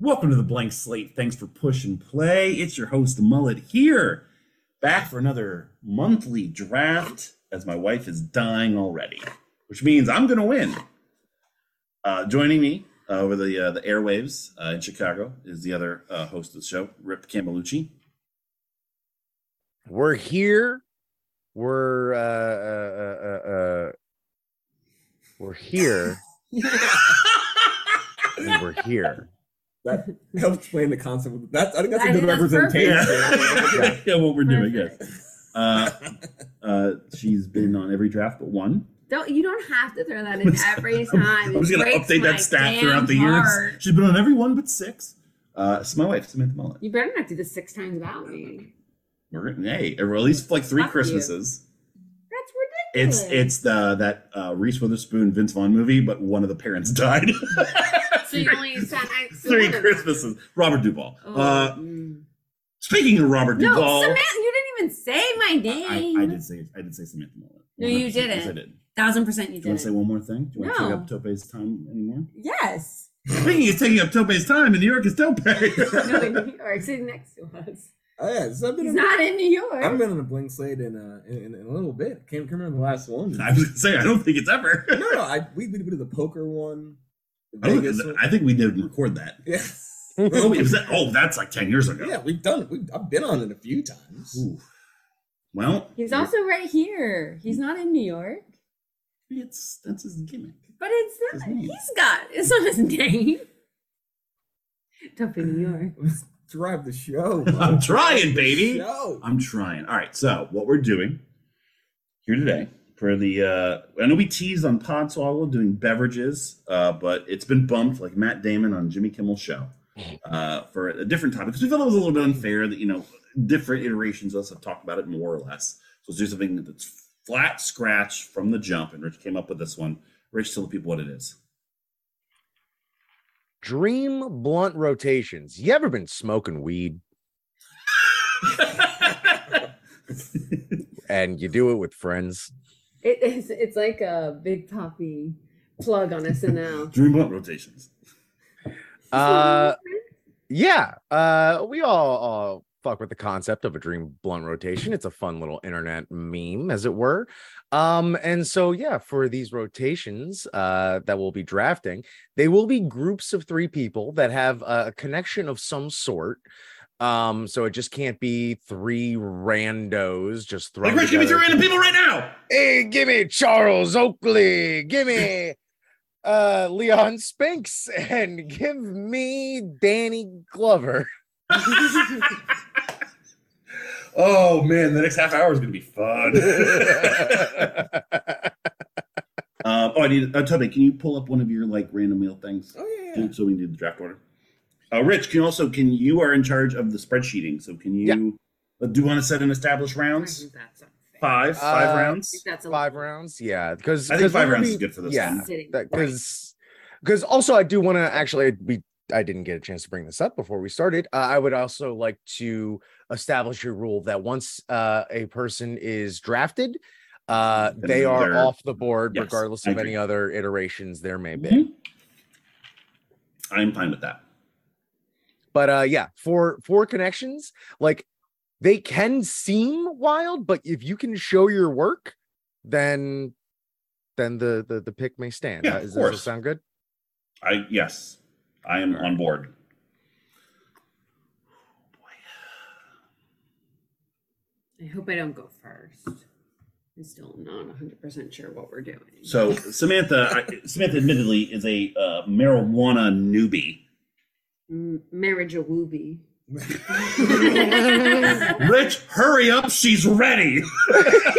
Welcome to the Blank Slate. Thanks for push and play. It's your host Mullet here, back for another monthly draft. As my wife is dying already, which means I'm going to win. Uh, joining me uh, over the uh, the airwaves uh, in Chicago is the other uh, host of the show, Rip Camelucci. we're here we're uh, uh, uh, uh, uh we're here and we're here that helps explain the concept. Of, that's I think that's I a good think that's representation. yeah. yeah, what we're doing, yes. Perfect. Uh, uh, she's been on every draft but one. Don't you don't have to throw that in every time. I'm just gonna update that stat throughout the years. She's been on every one but six. Uh, it's my wife, Samantha Mullen. You better not do this six times about me. We're gonna, hey, or at least like three Fuck you. Christmases. That's It's ridiculous. it's the that uh, Reese Witherspoon Vince Vaughn movie, but one of the parents died. so you only sent I- so three one of- Christmases. Robert Duvall. Oh, Uh, mm. speaking of Robert no, Duvall, Samantha, you didn't even say my I, name. I did say I did say Samantha Mullen. No, you 100%. Yes, didn't. I did. Thousand percent, you Do you want did. to say one more thing? Do you want to No. take up Tope's time anymore? yes. Speaking of taking up Tope's time, in New York is Tope. no, in New York, sitting next to us. Oh, yeah, so I've been He's in, not in New York. I've been on a blank slate in, uh, in, in, in a little bit. Can't remember the last one. I was gonna say I don't think it's ever. no, no, I we, we did the poker one, the I, don't Vegas think- one. I think we didn't record that. yeah. Oh, wait, was that- oh, that's like ten years ago. yeah, we've done it. We've, I've been on it a few times. Ooh. Well, He's also right here. He's not in New York. it's that's his gimmick. But it's His not. name. He's got. It's not his name. Tough in New York. Drive the show. I'm trying, baby. Show. I'm trying. All right. So what we're doing here today for the uh, I know we teased on Podswoggle doing beverages, uh, but it's been bumped like Matt Damon on Jimmy Kimmel's show uh, for a different topic because we felt it was a little bit unfair that you know different iterations of us have talked about it more or less. So let's do something that's flat scratch from the jump, and Rich came up with this one. Rich, tell the people what it is. dream blunt rotations you ever been smoking weed and you do it with friends It is. It's like a big poppy plug on SNL. Dream blunt rotations. uh yeah uh we all all fuck with the concept of a dream blunt rotation it's a fun little internet meme as it were um and so yeah for these rotations uh that we'll be drafting they will be groups of three people that have a connection of some sort um so it just can't be three randos just thrown Like Rich, give me three together. random people right now. hey give me charles oakley give me uh leon spinks and give me danny glover oh man, the next half hour is gonna be fun. uh, oh, I need uh, Toby. Can you pull up one of your like random wheel things Oh yeah, yeah. so we can do the draft order? Uh, Rich, can you also can you are in charge of the spreadsheeting, so can you uh, do you want to set and establish I rounds? think that's unfair. I Five, five Uh, rounds. think that's a five rounds yeah because I think five rounds is good for this. yeah. one. Sitting. because because also i do want to actually we i didn't get a chance to bring this up before we started uh, i would also like to establish a rule that once uh, a person is drafted uh, Then they are they're- off the board Yes, regardless I of agree. any other iterations there may be Mhm. I'm fine with that. but uh yeah for for connections like they can seem wild but if you can show your work then then the the, the pick may stand Yeah, Uh, of does that course. sound good I yes, I am on board. I hope I don't go first. I'm still not 100 percent sure what we're doing. So Samantha, I, Samantha admittedly is a uh, marijuana newbie. M- marriage a wooby. Rich, hurry up, she's ready.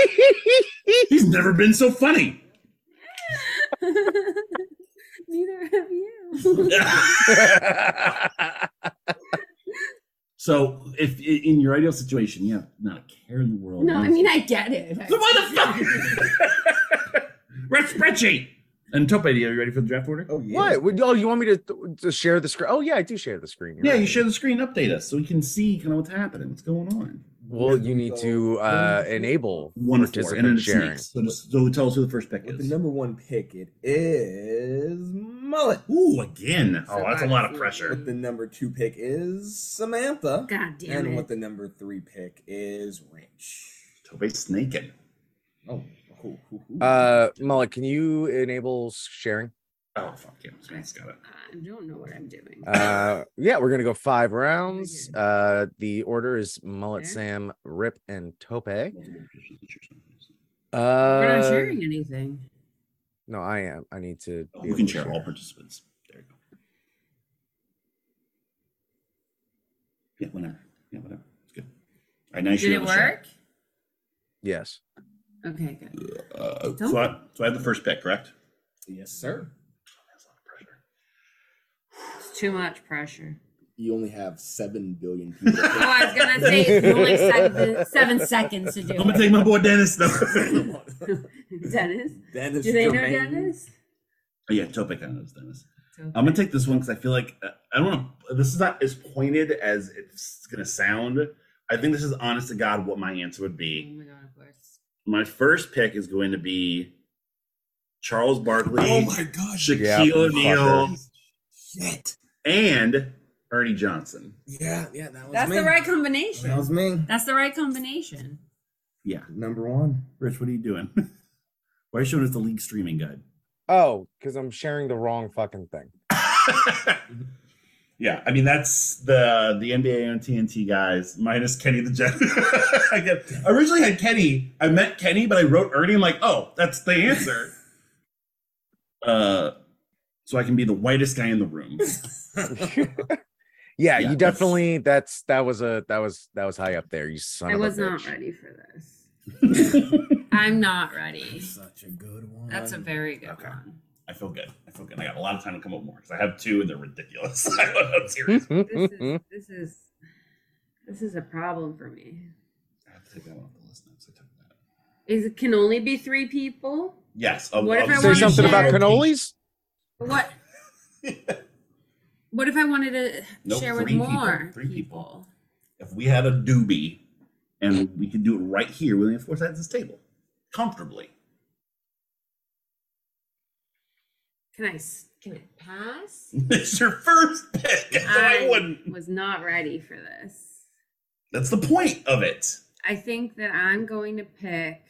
He's never been so funny. Neither have you. so if in your ideal situation, you have not a care in the world. No, I mean I get it. So why the fuck? We're a spreadsheet. And Tope, are you ready for the draft order? Oh yeah. What? Would- Oh, you want me to, to share the screen? Oh, yeah, I do share the screen. You're yeah, you right. share the screen, update us so we can see kind of what's happening, what's going on. Well, you need to uh, enable One of four, and then participant it's sharing. sneaks. So, just, so tell us who the first pick With the is. number one pick, it is Mullet. Ooh, again. Oh, So that's a I lot of see. pressure. With the number two pick is Samantha. God damn and it. with the number three pick is Ranch. Tope's snaking. Oh, hoo, hoo, hoo. Uh, Mullet, can you enable sharing? Oh, fuck yeah. Samantha's got it. I don't know what I'm doing. Uh, yeah, we're gonna go five rounds. Uh, the order is Mullet, There. Sam, Rip, and Tope. Oh, We're not Uh, sharing anything. no, I am. I need to. be you able Oh, can to share all participants. There you go. Yeah, whatever. Yeah, whatever. It's good. All right, now you should Did it have a shot. work? Yes. Okay, good. Uh, Don't- so, I, so I have the first pick, correct? yes, sir. That's a lot of pressure. It's too much pressure. You only have seven billion people. Oh, I was gonna say it's only seven, seven seconds to do I'm gonna it. take my boy Dennis though. Oh, Come on. Dennis, Dennis do they know Jermaine. Dennis? Oh, yeah, Tope kind of knows Dennis. It's I'm gonna take this one because I feel like uh, I don't want to. This is not as pointed as it's gonna sound. I think this is honest to God what my answer would okay. be. Oh my god, of course. My first pick is going to be Charles Barkley, Oh my gosh. Shaquille Yeah, O'Neal, Shit. and Ernie Johnson. Yeah, yeah, that was That's me. the right That was combination. me. That's the right combination. Yeah, Number one. Rich, what are you doing? Why are you showing us the league streaming guide? Oh, because I'm sharing the wrong fucking thing. yeah, I mean that's the the NBA on TNT guys minus Kenny the Jet. I get, I originally had Kenny. I met Kenny, but I wrote Ernie. I'm like, oh, that's the answer. uh, so I can be the whitest guy in the room. Yeah, Yeah, you that's- definitely. That's that was a that was that was high up there. You son I of a was not bitch. ready for this. I'm not ready. Such a good one. That's a very good Okay. one. I feel good. I feel good. I got a lot of time to come up with more because I have two and they're ridiculous. I'm serious. This Hmm? is this is this is a problem for me. I have to take that one off the list. Next. I took that. Is it can only be three people? Yes. I'll- What if I'll I just Say wanna use something about share- cannolis. What? what if I wanted to Nope, share with three people. more Three people. if we had a doobie and we could do it right here within four sides of this table comfortably. Can I s- can it pass? It's your first pick. so I wouldn't. was not ready for this. That's the point of it. I think that I'm going to pick.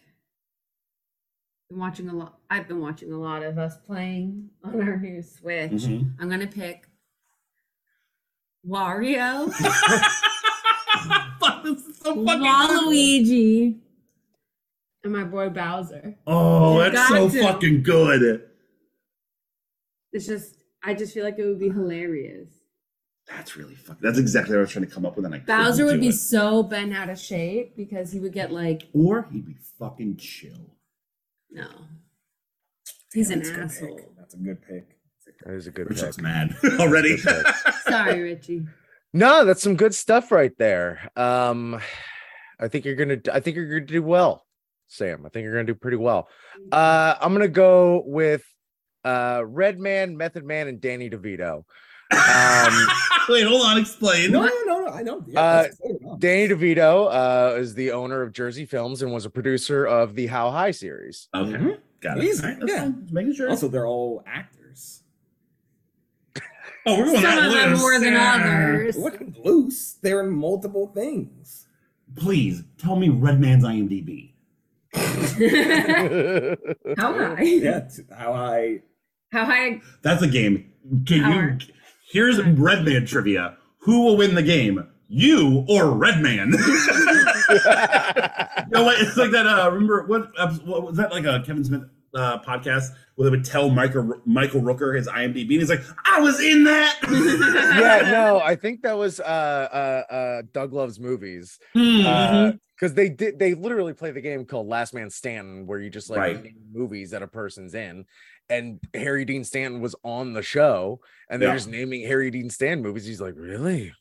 Been watching a lot. I've been watching a lot of us playing on our new Switch. Mm-hmm. I'm gonna pick Wario, Fuck, this is so fucking good. Waluigi, and my boy Bowser. Oh, You that's got so to. fucking good. It's just, I just feel like it would be Uh-huh. hilarious. That's really fucking. That's exactly what I was trying to come up with, and I couldn't Bowser would do be it. so bent out of shape because he would get like or he'd be fucking chill. no. He's an That's a good pick. asshole. That's a good pick. That is a good Richard's pick. mad already. Good Sorry, Richie. No, that's some good stuff right there. Um, I think you're gonna. I think you're gonna do well, Sam. I think you're gonna do pretty well. Uh, I'm gonna go with uh, Red Man, Method Man, and Danny DeVito. Um, Wait, hold on. Explain. No, no, no, no. I know. Yeah, Uh, that's good enough. Danny DeVito uh, is the owner of Jersey Films and was a producer of the How High series. Okay, Mhm. got it. Easy, All right, that's yeah. fine. Just making sure. also, they're all actors. oh, we're going Some that of them loose. more than others. Look at loose. They're in multiple things. Please tell me Red Man's IMDb. How high? Yeah, t- how I. How high? That's a game. Can Hour. you? Here's Red Man trivia. Who will win the game? You or Red Man? no, wait, it's like that. Uh, remember what, ep- what was that like a Kevin Smith uh, podcast where they would tell Michael Michael Rooker his IMDb, and he's like, "I was in that." yeah, no, I think that was uh, uh, uh, Doug Love's movies. Mhm. because Uh, they did they literally play the game called Last Man Standing, where you just like Right. name movies that a person's in. And Harry Dean Stanton was on the show, and they're Yeah. just naming Harry Dean Stanton movies. He's like, really?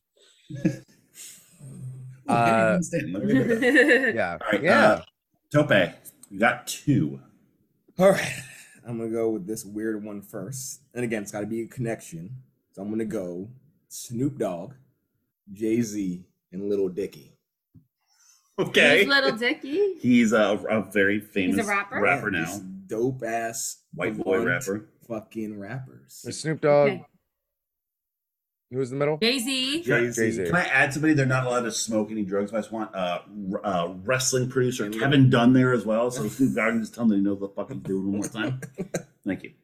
Uh, Hey, Stan, let me look it up. Yeah. All right, yeah. uh, Tope, you got two. All right. I'm going to go with this weird one first. And again, it's got to be a connection. So I'm going to go Snoop Dogg, Jay Z, and Little Dicky. Okay. Who's Little Dicky? He's a, a very famous rapper? now. Dope ass White boy rapper. Fucking rappers. There's Snoop Dogg. Okay. Who's in the middle? Jay Z. Jay-Z. Jay-Z. Can I add somebody? They're not allowed to smoke any drugs. But I just want uh, r- uh, wrestling producer And- Kevin Dunn there as well. So Snoop Dogg can just tell him that he knows what the fuck he's doing one more time. Thank you.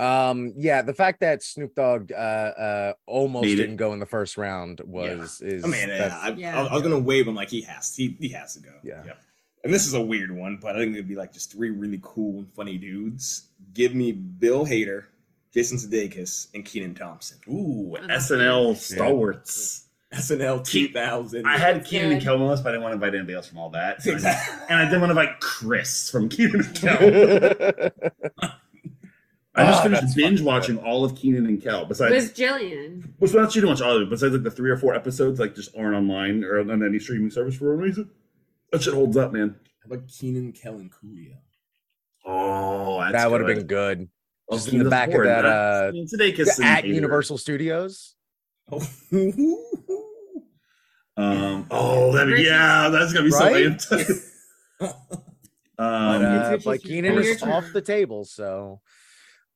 Um, yeah, the fact that Snoop Dogg uh, uh almost Made it. didn't go in the first round was is I mean, yeah, that's- I, Yeah. I, I was gonna wave him like he has, he he has to go. yeah. And this is a weird one, but I think it'd be like just three really cool and funny dudes. Give me Bill Hader, Jason Sudeikis, and Keenan Thompson. Ooh, Oh, that's SNL stalwarts. SNL 2000. I had Keenan and good. Kelvin list, but I didn't want to invite anybody else from all that. And I, Exactly. and I didn't want to invite Chris from Keenan and Kel. I just Ah, finished that's binge watching all of Keenan and Kel. Besides, Was Jillian. Well, so not you don't watch all of it, besides like the three or four episodes, like just aren't online or on any streaming service for one reason. That shit holds up, man. How about Keenan, Kellen, Coolio? Oh, that's that would have good. been good. Well, Just he in the was back bored, of that not uh Keenan Sudeikis and at Hader. Universal Studios. Oh, Um, oh, that Richie. yeah, that's gonna be Right? so lame. But, um, uh, Richie's but turn. Keenan Your is turn. off the table, so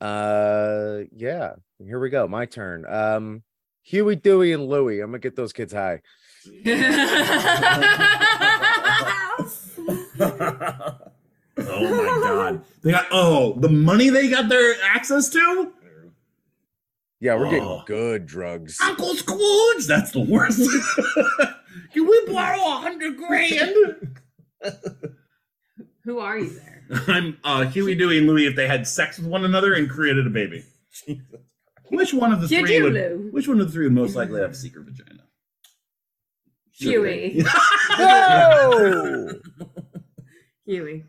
uh yeah. Here we go. My turn. Um Huey, Dewey, and Louie. I'm gonna get those kids high. uh, oh my god, they got oh the money they got their access to Yeah, we're Oh. getting good drugs. Uncle Scrooge. That's the worst. Can we borrow a hundred grand? Who are you there? I'm uh, Huey, Dewey, and Louie if they had sex with one another and created a baby. Which one of the Did three? you, would, Lou? Which one of the three would most likely have a secret vagina? Huey. Whoa! Huey.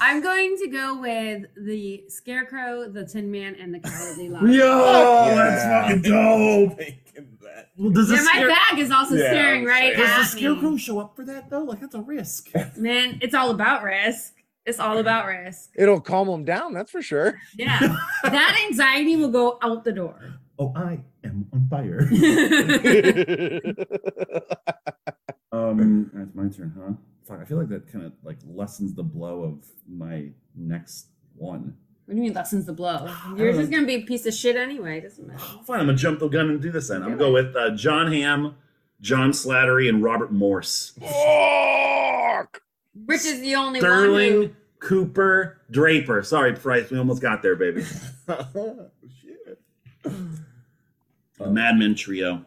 I'm going to go with the Scarecrow, the Tin Man, and the Cowardly Yo, Lion. that's yeah. fucking dope. Well, does the, Yeah, my scare- bag is also Yeah, staring I'm right saying. does the at scarecrow me. show up for that though? Like that's a risk. Man, it's all about risk. It's all about risk. It'll calm them down, that's for sure. Yeah, that anxiety will go out the door. Oh, I am on fire. um, that's my turn, huh? Fuck, I feel like that kind of like lessens the blow of my next one. What do you mean lessens the blow? I Yours don't is know. gonna be a piece of shit anyway. It doesn't matter. Fine, I'm gonna jump the gun and do this then. I'm Do gonna go with uh, John Hamm, John Slattery, and Robert Morse. Fuck! Rich is the only one who. Sterling, Cooper, Draper. Sorry, Price, we almost got there, baby. Shit. The Mad Men trio.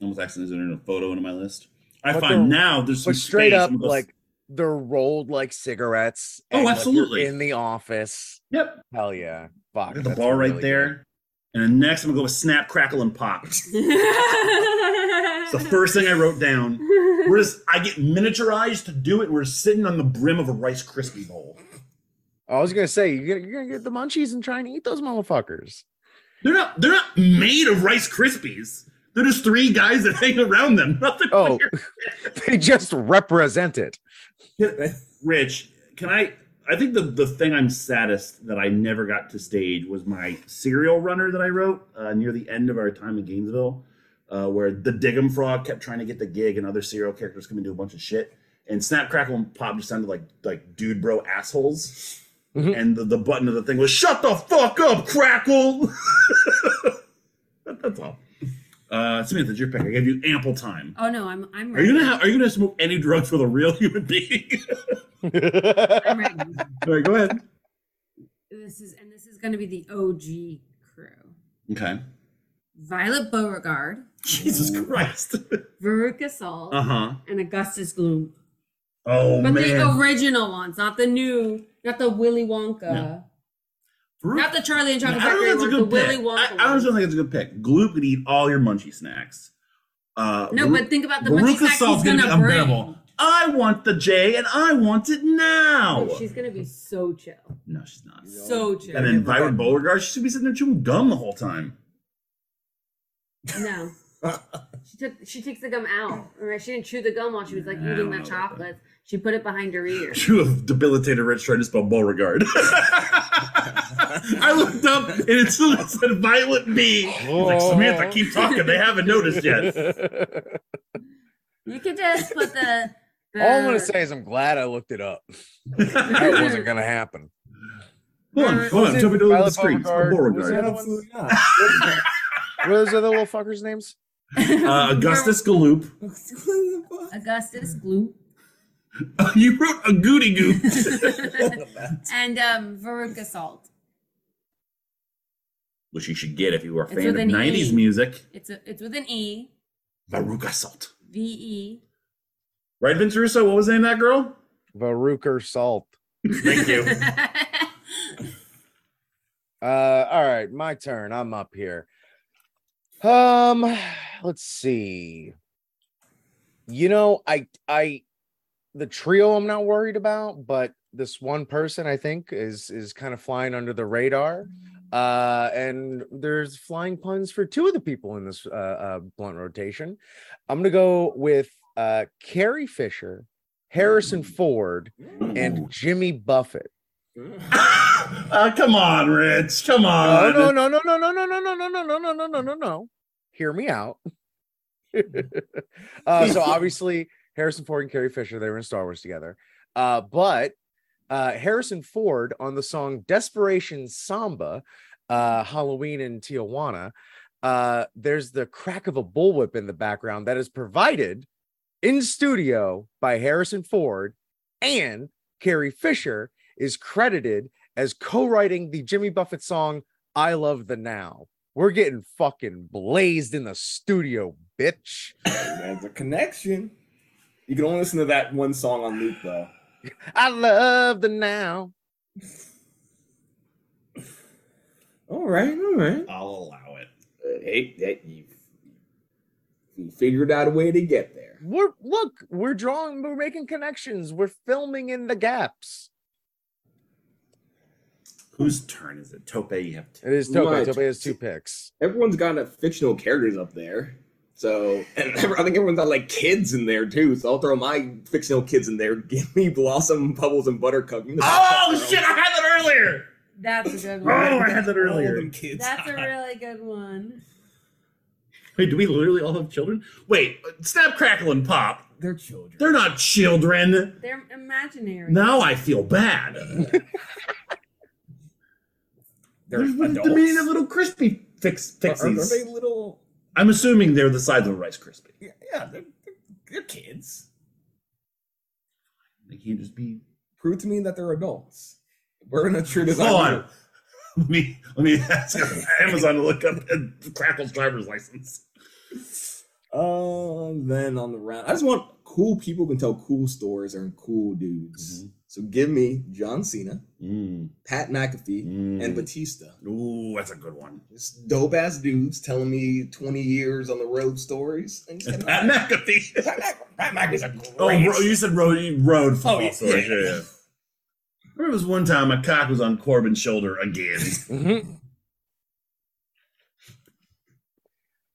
Almost accidentally inserted a photo into my list. I But find they're- now there's some But straight space up, in those- like they're rolled like cigarettes. Oh, and, like, you're absolutely. in the office. yep, Hell yeah! Fuck. I got the that's bar right really there. And then next, I'm gonna go with Snap, Crackle, and Pop. It's the first thing I wrote down. We're just, I get miniaturized to do it. We're sitting on the brim of a Rice Krispie bowl. good. I was gonna say you're gonna, you're gonna get the munchies and try and eat those motherfuckers. They're not. They're not made of Rice Krispies. They're just three guys that hang around them. Nothing. Oh. weird. They just represent it. Rich, can I? I think the the thing I'm saddest that I never got to stage was my serial runner that I wrote uh, near the end of our time in Gainesville, uh, where the Diggum Frog kept trying to get the gig, and other serial characters come and do a bunch of shit. And Snap Crackle and Pop just sounded like like dude bro assholes. Mhm. And the, the button of the thing was "Shut the fuck up, Crackle." That- That's all. Uh, Samantha, it's your pick. I gave you ample time. oh no, I'm I'm. Are you gonna ready. have, Are you gonna smoke any drugs with a real human being? I'm ready. all right, go ahead. This is and this is gonna be the OG crew. Okay. Violet Beauregard, Jesus Christ. Veruca Salt, Uh huh. and Augustus Gloom. Oh But the man. original ones, not the new, not the Willy Wonka, No. not the Charlie and I Chocolate don't Factory think it's ones, a the good Willy pick. Wonka. I, I ones. honestly don't think it's a good pick. Gloop could eat all your munchie snacks. Uh, no, Baru- but think about the Baruch munchies that Assault's she's gonna, be bring. unbearable. I want the J and I want it now. Oh, she's gonna be so chill, no, she's not. so chill. And then Violet Beauregard, she should be sitting there chewing gum the whole time. no, She took she takes the gum out. Right? She didn't chew the gum while she was like Yeah, I don't eating the know about that. chocolate. She put it behind her ear. You have debilitated Rich trying to spell Beauregard. I looked up and it still said Violet B. He's like, Oh. Samantha, keep talking. They haven't noticed yet. You could just put the. the All I'm gonna say is I'm glad I looked it up. That wasn't gonna happen. Hold on, hold on. Was it Jump into the Violet screen. It's Beauregard? Was Beauregard. that Absolutely not. What are those other little fuckers' names? Uh, Augustus Galoop. What the fuck? Augustus Gloop. you wrote a goody goop. and um, Veruca Salt. Which you should get if you were a It's fan of with an E. 90s music. It's a, it's with an E. Veruca Salt. V E. Right, Vince Russo? What was the name of that girl? Veruca Salt. Thank you. Uh, all right, my turn. I'm up here. Um, let's see. You know, I I the trio I'm not worried about, but this one person I think is is kind of flying under the radar. Uh, and there's flying puns for two of the people in this uh, uh blunt rotation. I'm gonna go with uh Carrie Fisher, Harrison Ford, and Jimmy Buffett. Ah, come on, Rich. Come No, on. Oh, no, no, no, no, no, no, no, no, no, no, no, no, no, no, no, no. Hear me out. uh, so obviously Harrison Ford and Carrie Fisher, they were in Star Wars together. Uh, but uh, Harrison Ford on the song Desperation Samba, uh, Halloween in Tijuana, uh, there's the crack of a bullwhip in the background that is provided in studio by Harrison Ford and Carrie Fisher is credited as co-writing the Jimmy Buffett song I love the now. We're getting fucking blazed in the studio, bitch. There's a connection. You can only listen to that one song on loop though. I love the now. All right, all right. I'll allow it. Uh, hey, hey, you We figured out a way to get there. We're look, we're drawing, we're making connections, we're filming in the gaps. Whose turn is it? Tope, you have to. It is Tope. Right. Tope has two picks. everyone's got uh, fictional characters up there. So, and I think everyone's got like kids in there too. So I'll throw my fictional kids in there. Give me Blossom, Bubbles, and Buttercup. You know- Oh, shit. I had that earlier. That's a good Oh, I one. had that All earlier. them kids. That's a really good one. Wait, do we literally all have children? Wait, snap, crackle, and pop. They're children. They're not children. They're imaginary. Now I feel bad. They're What's adults. the meaning of little crispy fix Are, are- are fixies? they little? I'm assuming they're the size of a Rice Krispie. Yeah, yeah they're, they're, they're kids. They can't just be. Prove to me that they're adults. We're gonna treat this. Hold on. Let me let me ask Amazon to look up Crackle's driver's license. Uh, then on the round, I just want cool people who can tell cool stories and cool dudes. So give me John Cena, Mm, Pat McAfee, Mm-hmm. and Batista. Ooh, that's a good one. Just dope ass dudes telling me twenty years on the road stories. And just Pat McAfee. Pat Mc- Pat McAfee's a great. Oh, ro- you said road road Oh, football yeah. stories. Yeah, yeah. I remember this one time my cock was on Corbin's shoulder again, Mhm.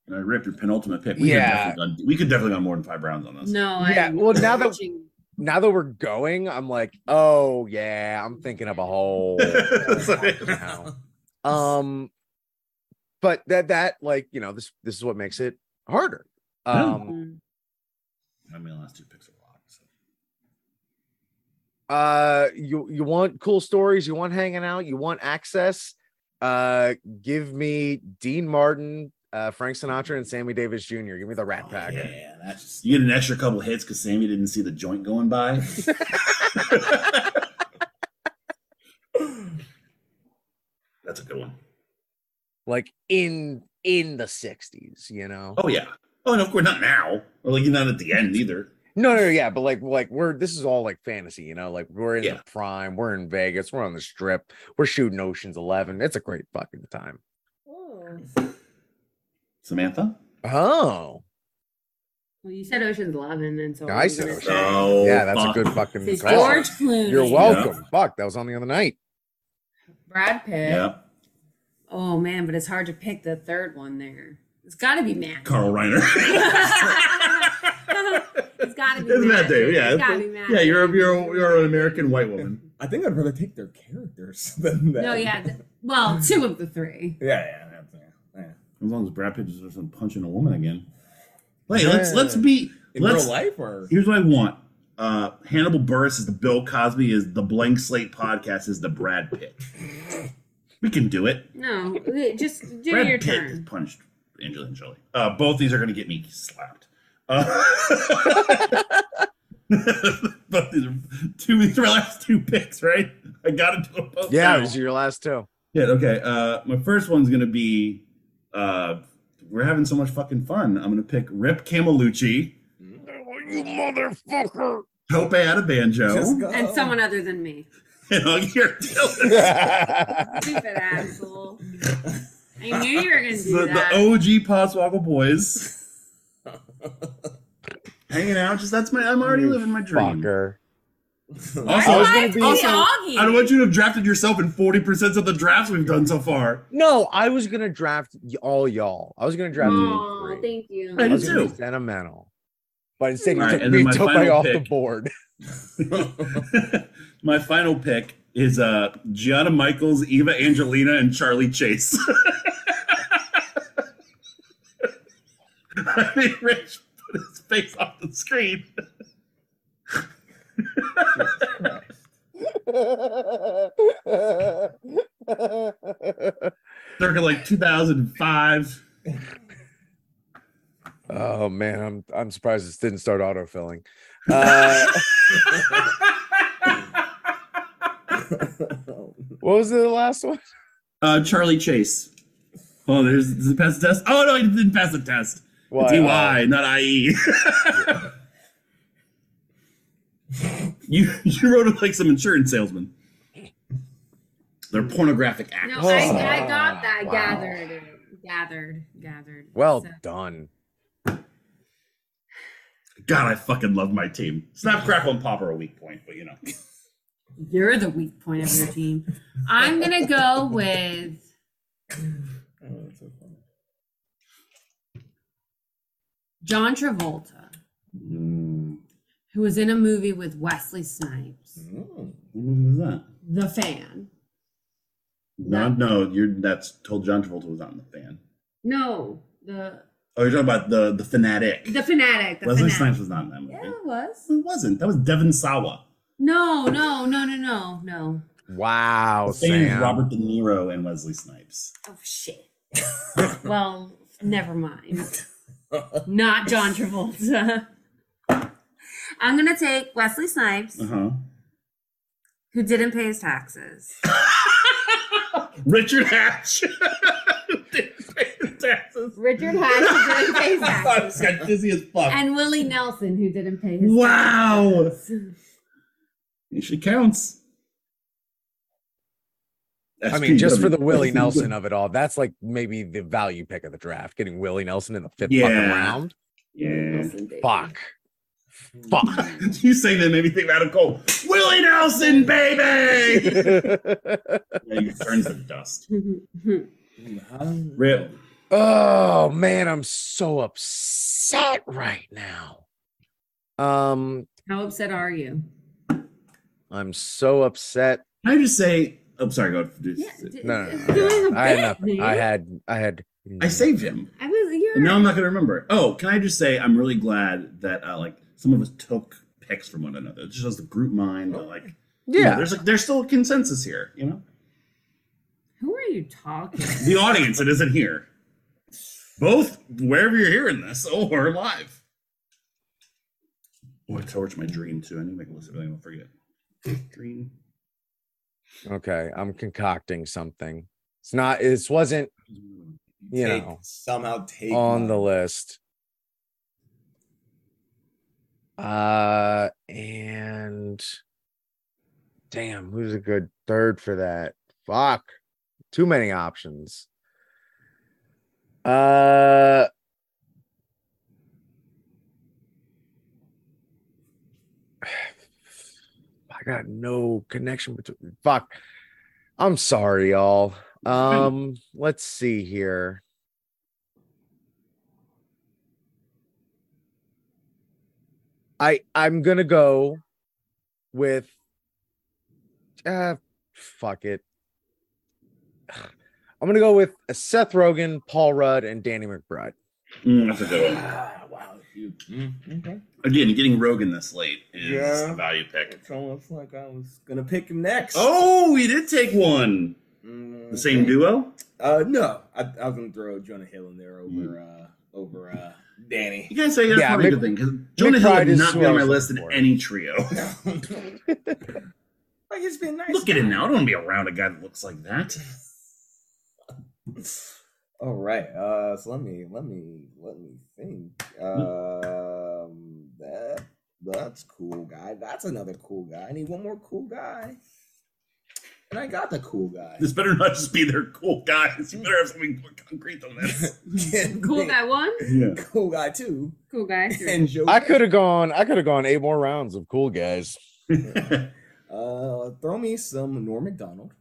and I ripped your penultimate pick. Yeah. could definitely done, we could definitely done more than five rounds on this. No, Yeah, I'm well, now that- watching- Now that we're going, I'm like, oh yeah, I'm thinking of a whole now. Um but that that like, you know, this this is what makes it harder. Um Mm. I mean, the last two picks are locked. So. uh you you want cool stories you want hanging out you want access uh give me dean martin uh frank sinatra and sammy davis jr give me the rat pack Oh, yeah, that's just, you get an extra couple hits because Sammy didn't see the joint going by. that's a good one. like in in the 60s you know Oh yeah. Oh, and of course not now. Well, like not at the end either. no, no no yeah but like like we're this is all like fantasy you know like we're in Yeah. the prime we're in vegas we're on the strip we're shooting oceans 11 it's a great fucking time Oh. Samantha. oh Well, you said Ocean's Eleven, and so I I'm said gonna Ocean's say- Oh, yeah that's a good fuck. fucking It's call. George Clooney. you're welcome fuck that was on the other night Brad Pitt. Yeah. Oh man, but it's hard to pick the third one there. It's got to be Matt. Carl Reiner. it's got to be It's Matt Damon, yeah. It's got to be Matt. yeah, you're, a- you're, a- you're an American white woman. I think I'd rather take their characters than that. No, yeah. th- Well, two of the three. Yeah, yeah, that's, yeah, yeah. As long as Brad Pitt is just punching a woman again. Wait, let's let's be In let's, real life, or Here's what I want. Uh, Hannibal Burris is the Bill Cosby is the Blank Slate podcast is the Brad Pitt. We can do it. No, just do Brad your Pitt turn. punched Angelina Jolie. Uh, both these are going to get me slapped. Uh, both these are two. These are my last two picks, right? I got to do them both. Yeah, now. these are your last two. Yeah, okay. Uh, my first one's gonna be uh, we're having so much fucking fun. I'm gonna pick Rip Camelucci. You motherfucker. Tope out of Just banjo. go. And someone other than me. And I'll hear Stupid asshole. I knew you were going to do the, that. the OG Potswoggle boys. Hanging out, just that's my. I'm already You living my dream. Fucker. Also, I I was was gonna be- also, Augie. I don't want you to have drafted yourself in 40 percent of the drafts we've done so far. No, I was gonna draft y- all y'all. I was gonna draft Aw, you three. Oh, thank you. I I was did gonna too. be sentimental, but instead you All right, took and then me my took final off the pick. board. My final pick is uh Gianna Michaels, Eva Angelina, and Charlie Chase. I mean, Rich put his face off the screen. Circa like 2005. oh man, I'm I'm surprised this didn't start autofilling. Uh, what was the last one? Uh, Charlie Chase. Oh, there's does it pass the test. Oh no, he didn't pass the test. Why, it's EY, not E. IE. you you wrote it like some insurance salesman. They're pornographic actors. No, I, I Oh, got that. I wow. Gathered. it. Gathered. Gathered. Well So- done. God, I fucking love my team. Snap, crackle, and pop are a weak point, but you know. You're the weak point of your team. I'm gonna go with Oh, that's so funny. John Travolta, who was in a movie with Wesley Snipes, Mm. What was that? The Fan. No, no, you're that's told John Travolta was not in the fan. No, the Oh, you're talking about the the fanatic. the fanatic. The Leslie fanatic. Snipes was not in that movie. Yeah, it was. It wasn't. That was Devin Sawa. No, no, no, no, no, no. Wow, The same as Oh, Sam. Robert De Niro and Wesley Snipes. Oh shit. well, never mind. Not John Travolta. I'm gonna take Wesley Snipes, Uh huh. who didn't pay his taxes. Richard Hatch. Didn't pay his taxes. Richard Hatch who didn't pay his I just taxes. got dizzy as fuck. And Willie Nelson who didn't pay his wow. taxes. She counts. I mean, just for the Willie Nelson of it all, that's like maybe the value pick of the draft. Getting Willie Nelson in the fifth fucking Yeah. round. Yeah. Nelson, baby. Fuck. Fuck. you saying that made me think about a Cole. Willie Nelson, baby. yeah, he turns to dust. Um, Real. oh man, I'm so upset right now. Um, How upset are you? I'm so upset. Can I just say? I'm sorry. Go ahead. Yeah, d- No, no, no, it's no, doing no. a I had bit, nothing. I man. had I had I saved him. I was And you're now I'm not going to remember. Oh, can I just say I'm really glad that uh, like some of us took picks from one another. It just shows the group mind. But, like, you know, Oh. yeah. there's like there's still a consensus here. You know, who are you talking? the audience it isn't here. Both wherever you're hearing this or live. Oh, I torch my dream too. I need to make a list of everything. I'll forget. Dream. Okay, I'm concocting something. It's not this wasn't Mm, You take- know, somehow take on mine. the list. Uh and damn, who's a good third for that? Fuck. Too many options. Uh I got no connection between fuck. I'm sorry, y'all. Um, let's see here. I I'm gonna go with uh fuck it. I'm gonna go with Seth Rogen, Paul Rudd, and Danny McBride. Mm, that's a good one. Ah, wow. You, mm, okay. Again, getting Rogan this late is Yeah. a value pick. It's almost like I was. Gonna pick him next. Oh, we did take one. Mm, The same duo? Uh, no, I, I was gonna throw Jonah Hill in there over uh over uh Danny. You guys say that's Yeah, probably a Mick- good thing because Jonah Hill Pride would is not who be I on my was list looking in for. any trio. like it's been nice. Look at him now. I don't want to be around a guy that looks like that. All right. Uh, so let me let me let me think. Um, that that's cool guy. That's another cool guy. I need one more cool guy. And I got the cool guy. This better not just be their cool guys. You better have something more concrete than this. Cool guy one, Yeah. Cool guy too. cool guy three. And Joe. I could have gone. I could have gone eight more rounds of cool guys. Uh, throw me some Norm Macdonald.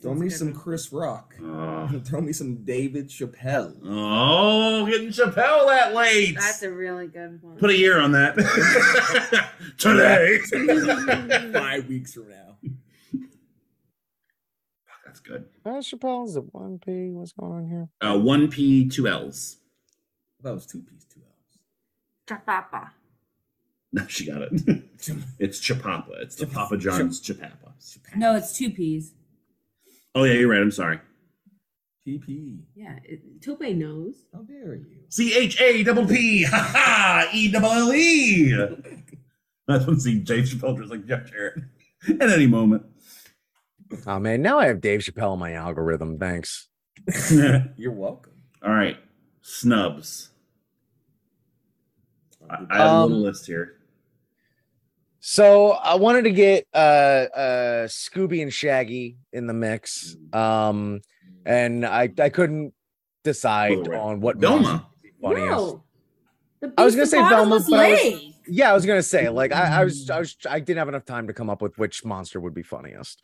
Throw Oh, That's me good some one. Chris Rock. oh. Throw me some David Chappelle. Oh, getting Chappelle that late. That's a really good one. Put a year on that. Today. Five weeks from now. That's good. Uh, Chappelle is it one P? What's going on here? Uh, one P, two L's. That was two piece, two hours. Chapapa. No, she got it. It's Chapapa. It's the Papa John's Chapapa. No, it's two P's. Oh yeah, you're right. I'm sorry. PP. Yeah, it, Tope knows. How dare you? C H A double P. Ha ha. E double L E. That's when see Dave Chappelle just like Jeff Jarrett at any moment. Oh man, now I have Dave Chappelle in my algorithm. Thanks. All You're welcome. right, snubs. I, I have a little Um, list here. So I wanted to get uh uh Scooby and Shaggy in the mix. Um and I I couldn't decide Oh, right. on what Velma. movie was funniest. No. The I was Beast gonna of say Velma, Bottomless but I was- Lake. Yeah, I was gonna say, like I, Mm. I was I was I didn't have enough time to come up with which monster would be funniest.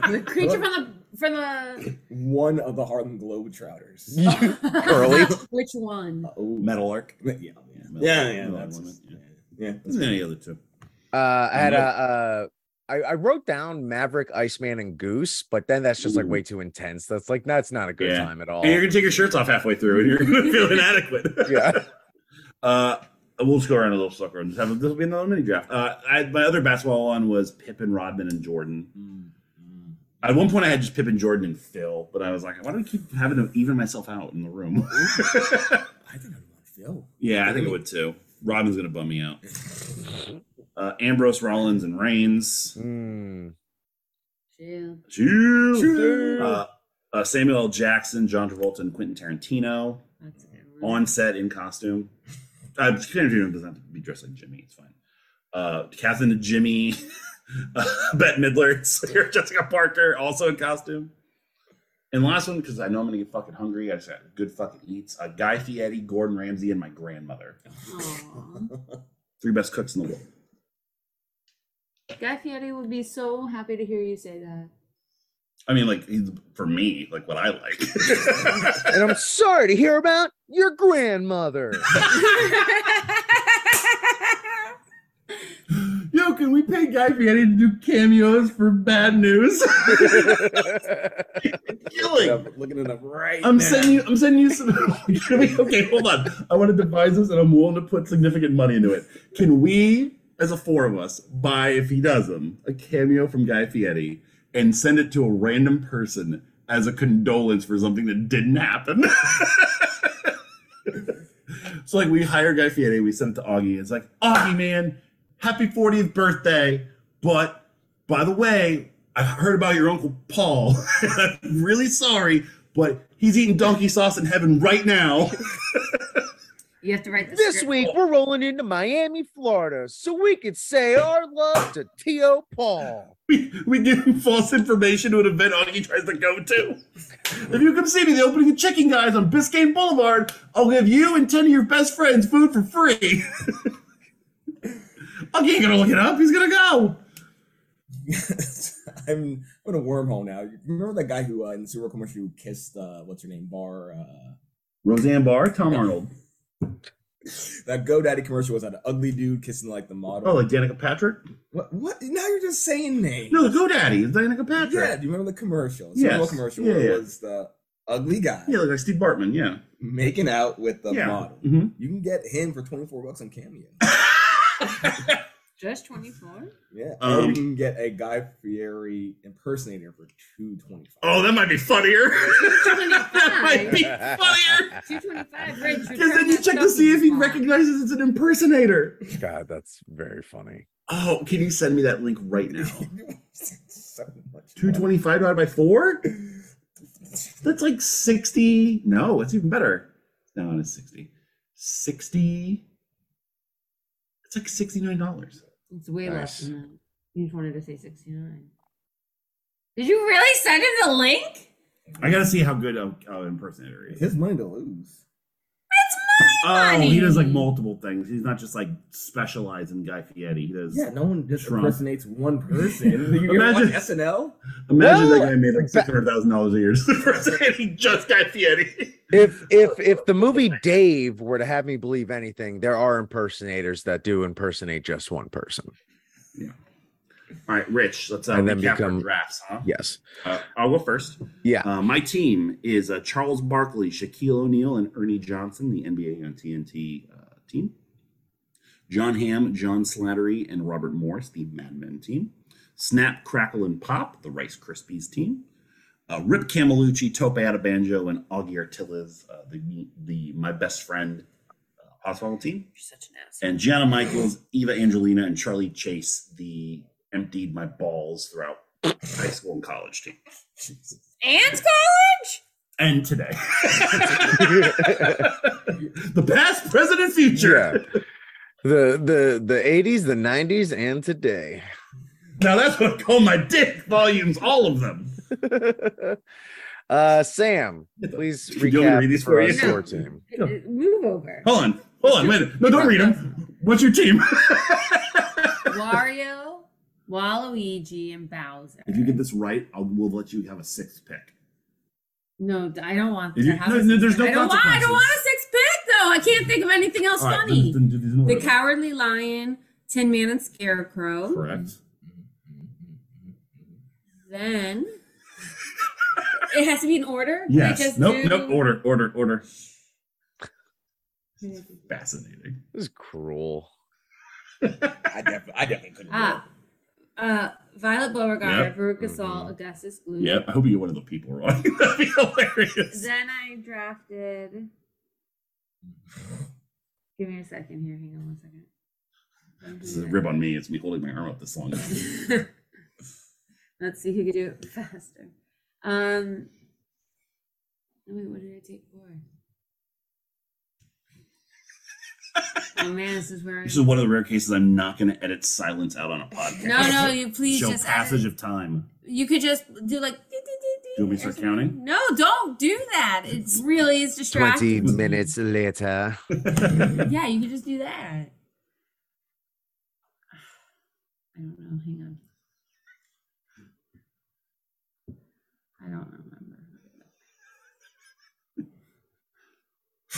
The creature from the from the One of the Harlem Globetrotters. Curly. Which one? Oh, Metal Arc. yeah, yeah, Metal- yeah, yeah. Metal That's Arc just, yeah. Woman, yeah. Isn't any other two? Uh I had Nope. a uh I, I wrote down Maverick, Iceman, and Goose, but then that's just like Ooh. way too intense. That's like that's not a good Yeah. time at all. And you're gonna take your shirts off halfway through, and you're gonna feel inadequate. Yeah. Uh, we'll just go around a little sucker and just have a, this will be another mini draft. Uh, I, my other basketball one was Pippen, Rodman, and Jordan. Mm-hmm. At one point, I had just Pippen, Jordan, and Phil, but I was like, why do I keep having to even myself out in the room? I think I'd want Phil. yeah, I think I would too. Rodman's gonna bum me out. Uh, Ambrose, Rollins, and Reigns. Mm. Chill. Chill. Uh, uh, Samuel L. Jackson, John Travolta, and Quentin Tarantino. That's a good one. on set in costume. Uh, Keanu Reeves doesn't have to be dressed like Jimmy. It's fine. Uh, Catherine and Jimmy, uh, Bette Midler, Sarah Jessica Parker, also in costume. And last one, because I know I'm gonna get fucking hungry. I just got good fucking eats. Uh, Guy Fieri, Gordon Ramsay, and my grandmother. Aw. Three best cooks in the world. Guy Fieri would be so happy to hear you say that. I mean, like he's, for me, like what I like. And I'm sorry to hear about your grandmother. Yo, can we pay Guy Fieri to do cameos for bad news? Killing. Looking it up, looking it up right I'm now. sending you. I'm sending you some. Can we, okay, hold on. I want to devise this, and I'm willing to put significant money into it. Can we, as a four of us, buy if he does them a cameo from Guy Fieri and send it to a random person as a condolence for something that didn't happen? so like we hire Guy Fieri, we send it to Augie. It's like Augie, man, happy 40th birthday, but by the way, I heard about your uncle Paul. I'm really sorry, but he's eating donkey sauce in heaven right now. You have to write the this script. week we're rolling into Miami, Florida, so we could say our love to T.O. Paul. We, we give him false information to an event Augie tries to go to. If you come see me, the opening of Chicken Guys on Biscayne Boulevard, I'll give you and 10 of your best friends food for free. Augie ain't gonna look it up. He's gonna go. I'm I'm in a wormhole now. You Remember that guy who uh, in the Super Bowl commercial who kissed uh, what's her name bar? Uh, Roseanne Barr, Tom Arnold. that GoDaddy commercial was that ugly dude kissing like the model. Oh, like Danica Patrick? what? What? Now you're just saying names. No, GoDaddy. It's Danica Patrick. Yeah. Do you remember the commercial? It's Yes. a little commercial Yeah, where yeah. it was the ugly guy Yeah, like Steve Bartman. Yeah. making out with the yeah. model. Mhm. You can get him for twenty four bucks on Cameo. Just 24? Yeah, Um, and you can get a Guy Fieri impersonator for two twenty five. Oh, that might be funnier. that might be funnier. 225, Rich. you're Because then turning you that check to stuff see if he wrong. recognizes it's an impersonator. God, that's very funny. Oh, can you send me that link right now? so much. Two twenty-five divided by four. money. That's like sixty. No, it's even better. No, it's sixty. Sixty. It's like sixty-nine dollars. It's way less Nice. than that. You just wanted to say 69. Did you really send him the link? I gotta see how good an impersonator he is. His money to lose. That's my Oh, money. he does like multiple things. He's not just like specialized in Guy Fieri. He does. Yeah, no one just Trump. impersonates one person. you ever Imagine- watch SNL? Imagine Well, that guy made like ba- six hundred thousand dollars a year just impersonating just Guy Fieri. If if if the movie Dave were to have me believe anything, there are impersonators that do impersonate just one person. All right, Rich. Let's uh, And then recap our become- drafts, huh? Yes. Uh, I'll go first. Yeah. Uh, my team is uh, Charles Barkley, Shaquille O'Neal, and Ernie Johnson, the NBA on TNT uh, team. John Hamm, John Slattery, and Robert Morris, the Mad Men team. Snap, Crackle, and Pop, the Rice Krispies team. Uh, Rip Camelucci, Tope Atabanjo, and Augie Artillas, uh, the, the my best friend uh, Oswald team You're such an ass. and Gianna Michaels, Eva Angelina, and Charlie Chase, the emptied my balls throughout high school and college team. Ann's college? And today. the past, present, and future. The the the 80s, the 90s, and today. Now that's what I call my dick volumes, all of them. uh Sam, please Do you want me to read recap these for for our you? store team. Uh, Move over. Hold on. Hold on. Wait. a minute. No, don't read them. What's your team? Wario, Waluigi, and Bowser. if you get this right, I'll, we'll let you have a sixth pick. No, I don't want If to you- have no, a no, six there's pick. no I don't, want, I don't consequences. want a six pick, though. I can't think of anything else All right, funny. then- then do these in The order. Cowardly Lion, Tin Man and Scarecrow. Correct. Then it has to be in order. Can I Yes. just Nope. do- Nope. Order. Order. Order. Fascinating. This is cruel. I definitely, I definitely couldn't. do Ah, uh, Violet Beauregard, Yep. Mm-hmm. Veruca Salt, Mhm. Augustus Gloop. Yeah, I hope you get one of the people wrong. That'd be hilarious. Then I drafted. Give me a second here. Hang on one second. This is a rib on me. It's me holding my arm up this long. Let's see who can do it faster. Um, oh, wait, what did I take for? oh man, this is where. I- This is one of the rare cases I'm not going to edit silence out on a podcast. No, no, you please Show just passage edit. of time. You could just do like. Do you want me to start counting? No, don't do that. It's really is distracting. 20 minutes later. Yeah, you could just do that. I don't know. Hang on. I don't remember.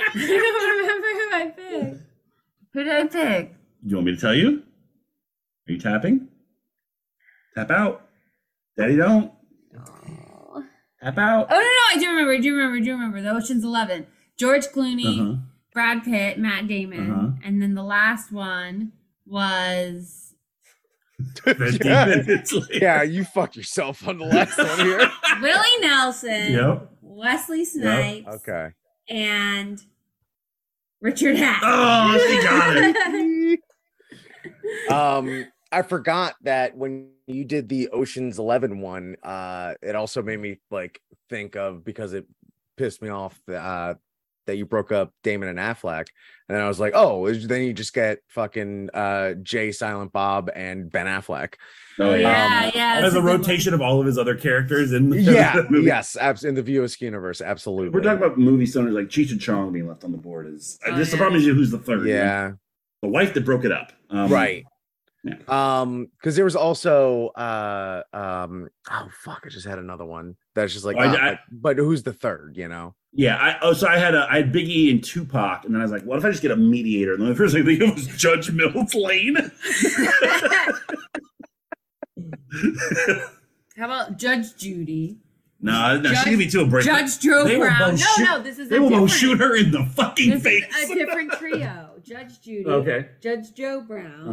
I don't remember who I picked. Who did I pick? you want me to tell you? Are you tapping? Tap out. Daddy, don't. Oh. Tap out. Oh no, no, I do remember. I do remember. I do remember. The Ocean's Eleven. George Clooney, Uh-huh. Brad Pitt, Matt Damon, Uh-huh. and then the last one was. 15 yeah, minutes later. you fuck yourself on the last one here. Willie Nelson, Yep. Wesley Snipes, Okay. and Richard Hatch. Oh, she got it. um i forgot that when you did the oceans 11 one uh it also made me like think of because it pissed me off that uh that you broke up damon and affleck and then i was like oh is- then you just get fucking uh jay silent bob and ben affleck Oh, yeah. yeah, Um, yeah. As that's a good one. rotation of all of his other characters in the yeah movie. yes abs- in the viewers universe absolutely We're talking about movie stoners like Cheech and Chong being left on the board is Oh, just the yeah. problem is you who's the third. yeah The wife that broke it up. Um, right Um, because there was also uh um oh fuck, I just had another one that's just like, I- ah, I- like, but who's the third, you know? Yeah, I oh so I had a I had Big E and Tupac, and then I was like, what if I just get a mediator? And then the first thing I think of was Judge Mills Lane. How about Judge Judy? no, no, she's Judge- gonna be too abrasive. Judge Drew They will Brown. both No, shoot- no, this is they a will both different- shoot her in the fucking This face. is a different trio. Judge Judy, okay. Judge Joe Brown,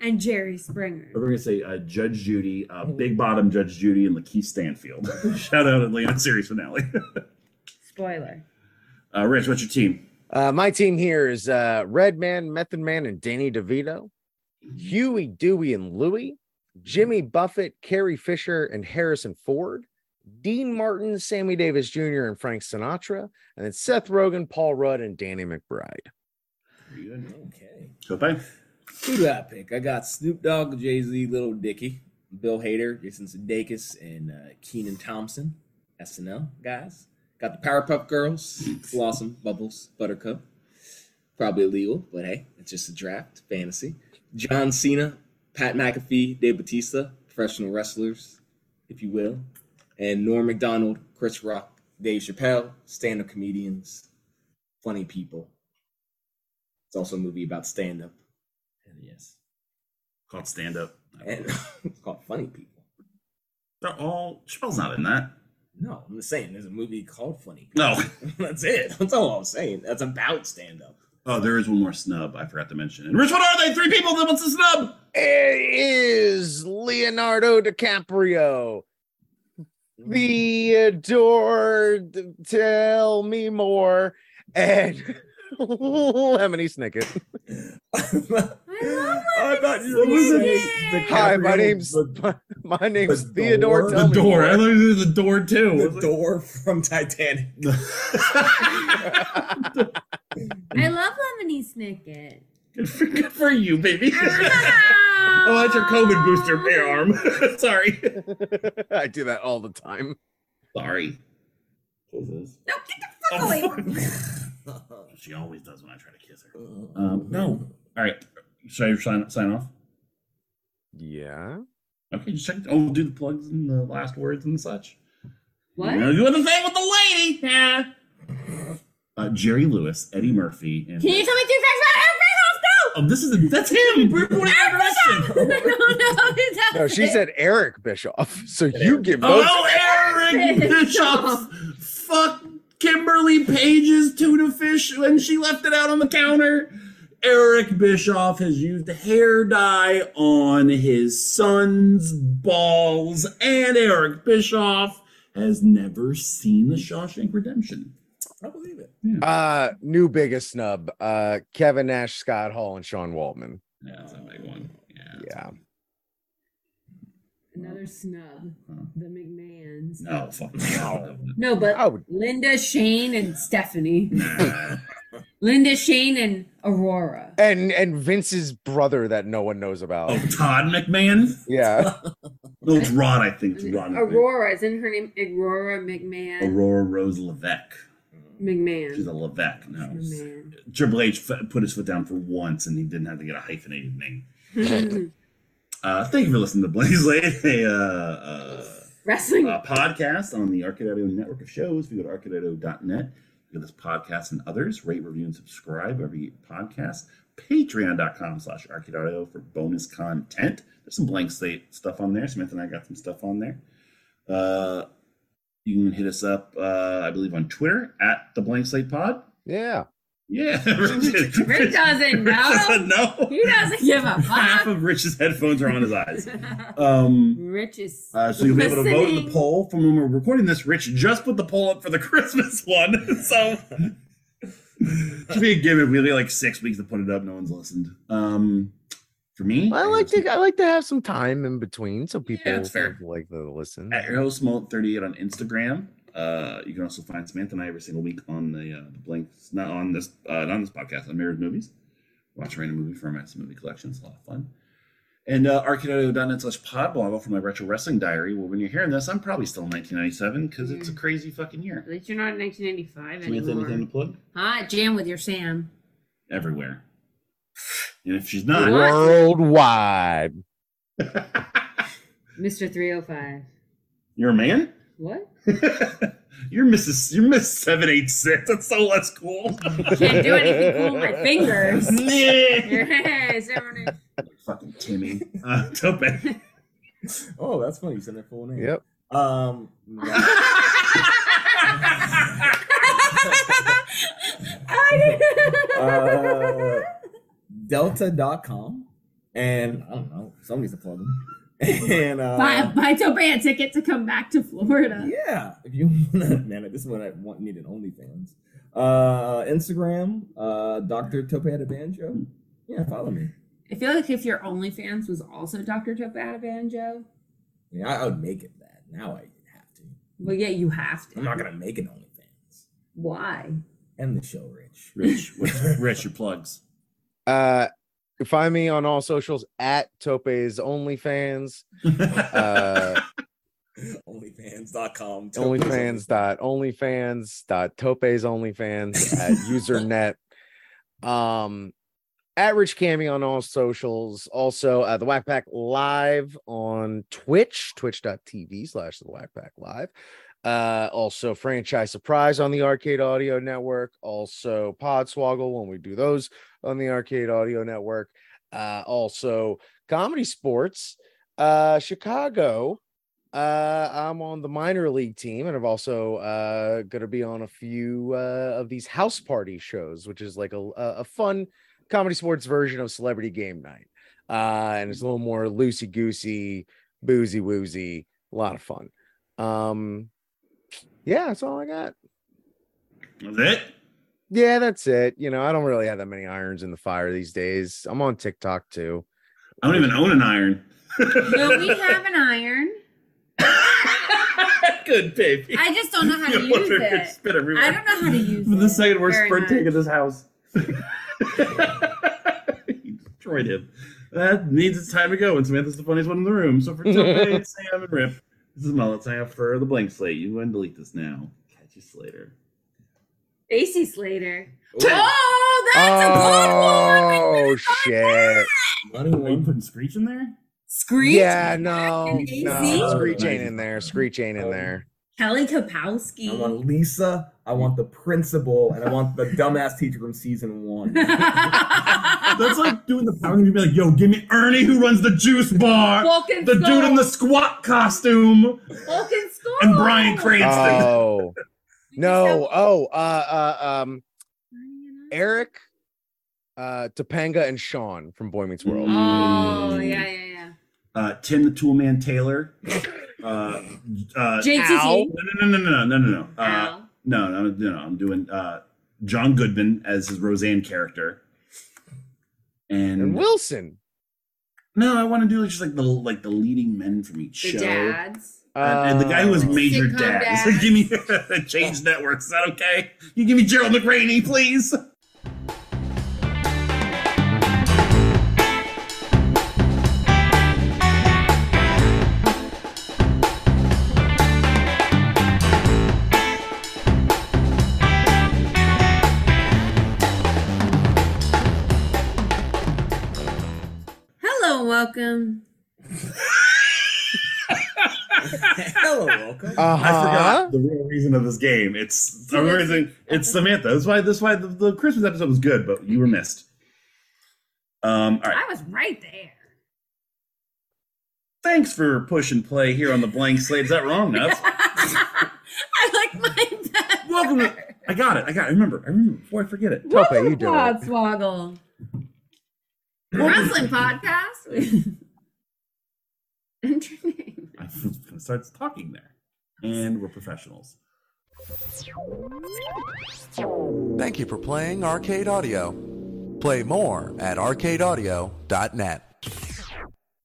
Uh-huh. and Jerry Springer. We're gonna say uh, Judge Judy, uh, Oh. Big Bottom Judge Judy, and Lakeith Stanfield. Shout out at Leon series finale. Spoiler. Uh, Rich, what's your team? Uh, my team here is uh, Red Man, Method Man, and Danny DeVito, Huey, Dewey, and Louie, Jimmy Buffett, Carrie Fisher, and Harrison Ford, Dean Martin, Sammy Davis Jr., and Frank Sinatra, and then Seth Rogen, Paul Rudd, and Danny McBride. Okay. Tope? Who did I pick? I got Snoop Dogg, Jay Z, Little Dicky, Bill Hader, Jason Sudeikis, and uh, Keenan Thompson. SNL guys. Got the Powerpuff Girls, Blossom, Bubbles, Buttercup. Probably illegal, but hey, it's just a draft fantasy. John Cena, Pat McAfee, Dave Batista, professional wrestlers, if you will, and Norm Macdonald, Chris Rock, Dave Chappelle, stand-up comedians, funny people. It's also a movie about stand-up. And yes. Called stand up. And it's called Funny People. They're all Chappelle's not in that. No, I'm just saying there's a movie called Funny People. No. That's it. That's all I'm saying. That's about stand up. Oh, there is one more snub I forgot to mention. And Rich, what are they? Three people. Then what's the snub? It is Leonardo DiCaprio. Theodore, d- tell me more, and Lemony Snicket. I love I thought you Snicket. Hi, my name's my, my name's the door- Theodore. the Tell me door. more. I thought it was the door too. I was the like- door from Titanic. I love Lemony Snicket. good, for, good for you, baby. oh, oh, that's your COVID booster bear arm. Sorry. I do that all the time. Sorry. No, get the fuck away. from me. Oh. she always does when I try to kiss her. Um, no. All right. Should I sign, sign off? Yeah. Okay, just check. Oh, do the plugs and the last words and such. What? You know, you want the thing with the lady? Nah. Uh, Jerry Lewis, Eddie Murphy, and Can you tell me two facts about Eric Randolph? Go! oh, this is that's him. We're going in that direction. no, no, that's No, she it. said Eric Bischoff. So you give those. Oh, Eric Bischoff. Fuck Kimberly Page's tuna fish when she left it out on the counter. Eric Bischoff has used hair dye on his son's balls, and Eric Bischoff has never seen The Shawshank Redemption. I believe it. Uh, new biggest snub. Uh, Kevin Nash, Scott Hall, and Sean Waldman. Yeah, that's a big one. Yeah. Yeah. Another snub. Huh. The McMahons. No, fuck No. No, but I would. Linda, Shane, and Stephanie. Linda, Shane, and Aurora. And and Vince's brother that no one knows about. Oh, Todd McMahon? Yeah. No, it's Rod, I think. It's Rod. McMahon. Aurora, isn't her name Aurora McMahon? Aurora Rose Levesque. McMahon. She's a Levesque. No. McMahon. Triple H f- put his foot down for once, and he didn't have to get a hyphenated name. Uh, thank you for listening to Blaze Late, a, uh, uh, Wrestling. a podcast on the Arcade Audio network of shows. If you go to arcadeaudio.net, you get this podcast and others. Rate, review, and subscribe every podcast. Patreon.com slash Arcade Audio for bonus content. There's some blank slate stuff on there. Samantha and I got some stuff on there. Uh, you can hit us up, uh, I believe, on Twitter at the Blank Slate Pod. Yeah. Yeah. Rick doesn't know. no. He doesn't give a Half fuck. of Rich's headphones are on his eyes. Um, Rich is uh, so you'll be able to vote in the listening. poll from when we're recording this. Rich just put the poll up for the Christmas one. So should be a given. We only have, like six weeks to put it up. No one's listened. Um, for me, I like to I like to have some time in between so Yeah, people that's fair. like to listen. at Arrow Small 38 on Instagram. Uh, you can also find Samantha and I every single week on the uh, the blanks, not on this, uh, not on this podcast, on Mirrored Movies. Watch a random movie for my movie collection. It's a lot of fun. And uh, arcadio.net slash podbloggle for my retro wrestling diary. Well, when you're hearing this, I'm probably still in 1997 because it's a crazy fucking At year. least you're not in 1995 Samantha, anything anymore. to plug? Hot jam with your Sam. Everywhere. And if she's not, What? worldwide. Mr. 305. you're a man. What? you're Mrs. You're Miss Seven Eight Six. That's so less cool. Can't do anything cool with my fingers. Yeah. Yes, everyone is- Fucking Timmy. Uh, Tope. Oh, that's funny. You said their full name. Yep. Um. no. I uh, delta.com and I don't know, someone needs to plug them. And uh, buy, buy Topay a ticket to come back to Florida. yeah, if you man, this is what I want needed OnlyFans. Uh, Instagram, uh, Dr. Topeta Banjo. Yeah, follow me. I feel like if your OnlyFans was also Dr. Tope out of Banjo, Yeah, I, I would make it that. Now I have to. well, yeah, you have to. I'm not gonna make an OnlyFans. Why? End the show, Rich. Rich, what's, Rich, your plugs. Uh, find me on all socials at Tope's OnlyFans, uh, OnlyFans.com. OnlyFans dot OnlyFans dot Tope's OnlyFans at Usernet, um, at Rich Cammy on all socials. Also, uh, the Whack Pack Live on Twitch, twitch.tv slash the Whack Pack Live. Uh, also, Franchise Surprise on the Arcade Audio Network. Also, Podswoggle when we do those on the Arcade Audio Network. Uh, also, Comedy Sports, uh, Chicago. Uh, I'm on the minor league team, and I'm also uh, going to be on a few uh, of these house party shows, which is like a, a a fun comedy sports version of Celebrity Game Night. Uh, and it's a little more loosey goosey, boozy woozy, a lot of fun. Um, yeah, that's all I got. That's it. Yeah, that's it. You know, I don't really have that many irons in the fire these days. I'm on TikTok too. I don't even own an iron. Will we have an iron? Good baby. I just don't know how to You use wonder if it's it. Spit everywhere. I don't know how to use it. the second worst very sprint much. take in this house. he destroyed him. That means it's time to go, and Samantha's the funniest one in the room. So for Tope, Sam, and Rip, this is Mullet Sam for the blank slate. You can delete this now. Catch us later. Basie Slater. Oh, Oh, that's Uh, a good one. Oh shit! money one putting Screech in there? Screech. Yeah, no, Easy. no, Screech ain't in there. Screech ain't Oh. in there. Kelly I Kapowski. want Lisa. I want the principal, and I want the dumbass teacher from season one. That's like doing the power and be like, yo, give me Ernie who runs the juice bar, Vulcan the dude in the squat costume, Vulcan Skull. and Brian Cranston. Oh no! Oh, uh, uh, um, Eric, uh, Topanga, and Sean from Boy Meets Mm. World. Oh, yeah, yeah, yeah. Uh, Tim the Toolman Taylor. Uh, uh, JTT. no, no, no, no, no, no, no. no. Uh, Ow. No, no, no, no. I'm doing uh, John Goodman as his Roseanne character, and, And Wilson. no, I want to do just like the like the leading men from each The show, dads. and, and the guy who was Oh. major Sitcom dad. He's like, dads. give me change networks. Is that okay? You give me Gerald McRaney, please. Hello, and welcome. Hello, welcome. Uh-huh. I forgot the real reason of this game. It's the real reason. It's Samantha. That's why. That's why the, the Christmas episode was good, but you were missed. Um. All right. I was right there. Thanks for push and play here on the blank slate. Is that wrong, Nuts? I like my best. Welcome to. I got it. I got. It. I remember. I remember before I forget it. Tope, you do it. Podswoggle. Wrestling podcast. with- Enter name. I was going to start talking there, and we're professionals. Thank you for playing Arcade Audio. Play more at arcadeaudio.net.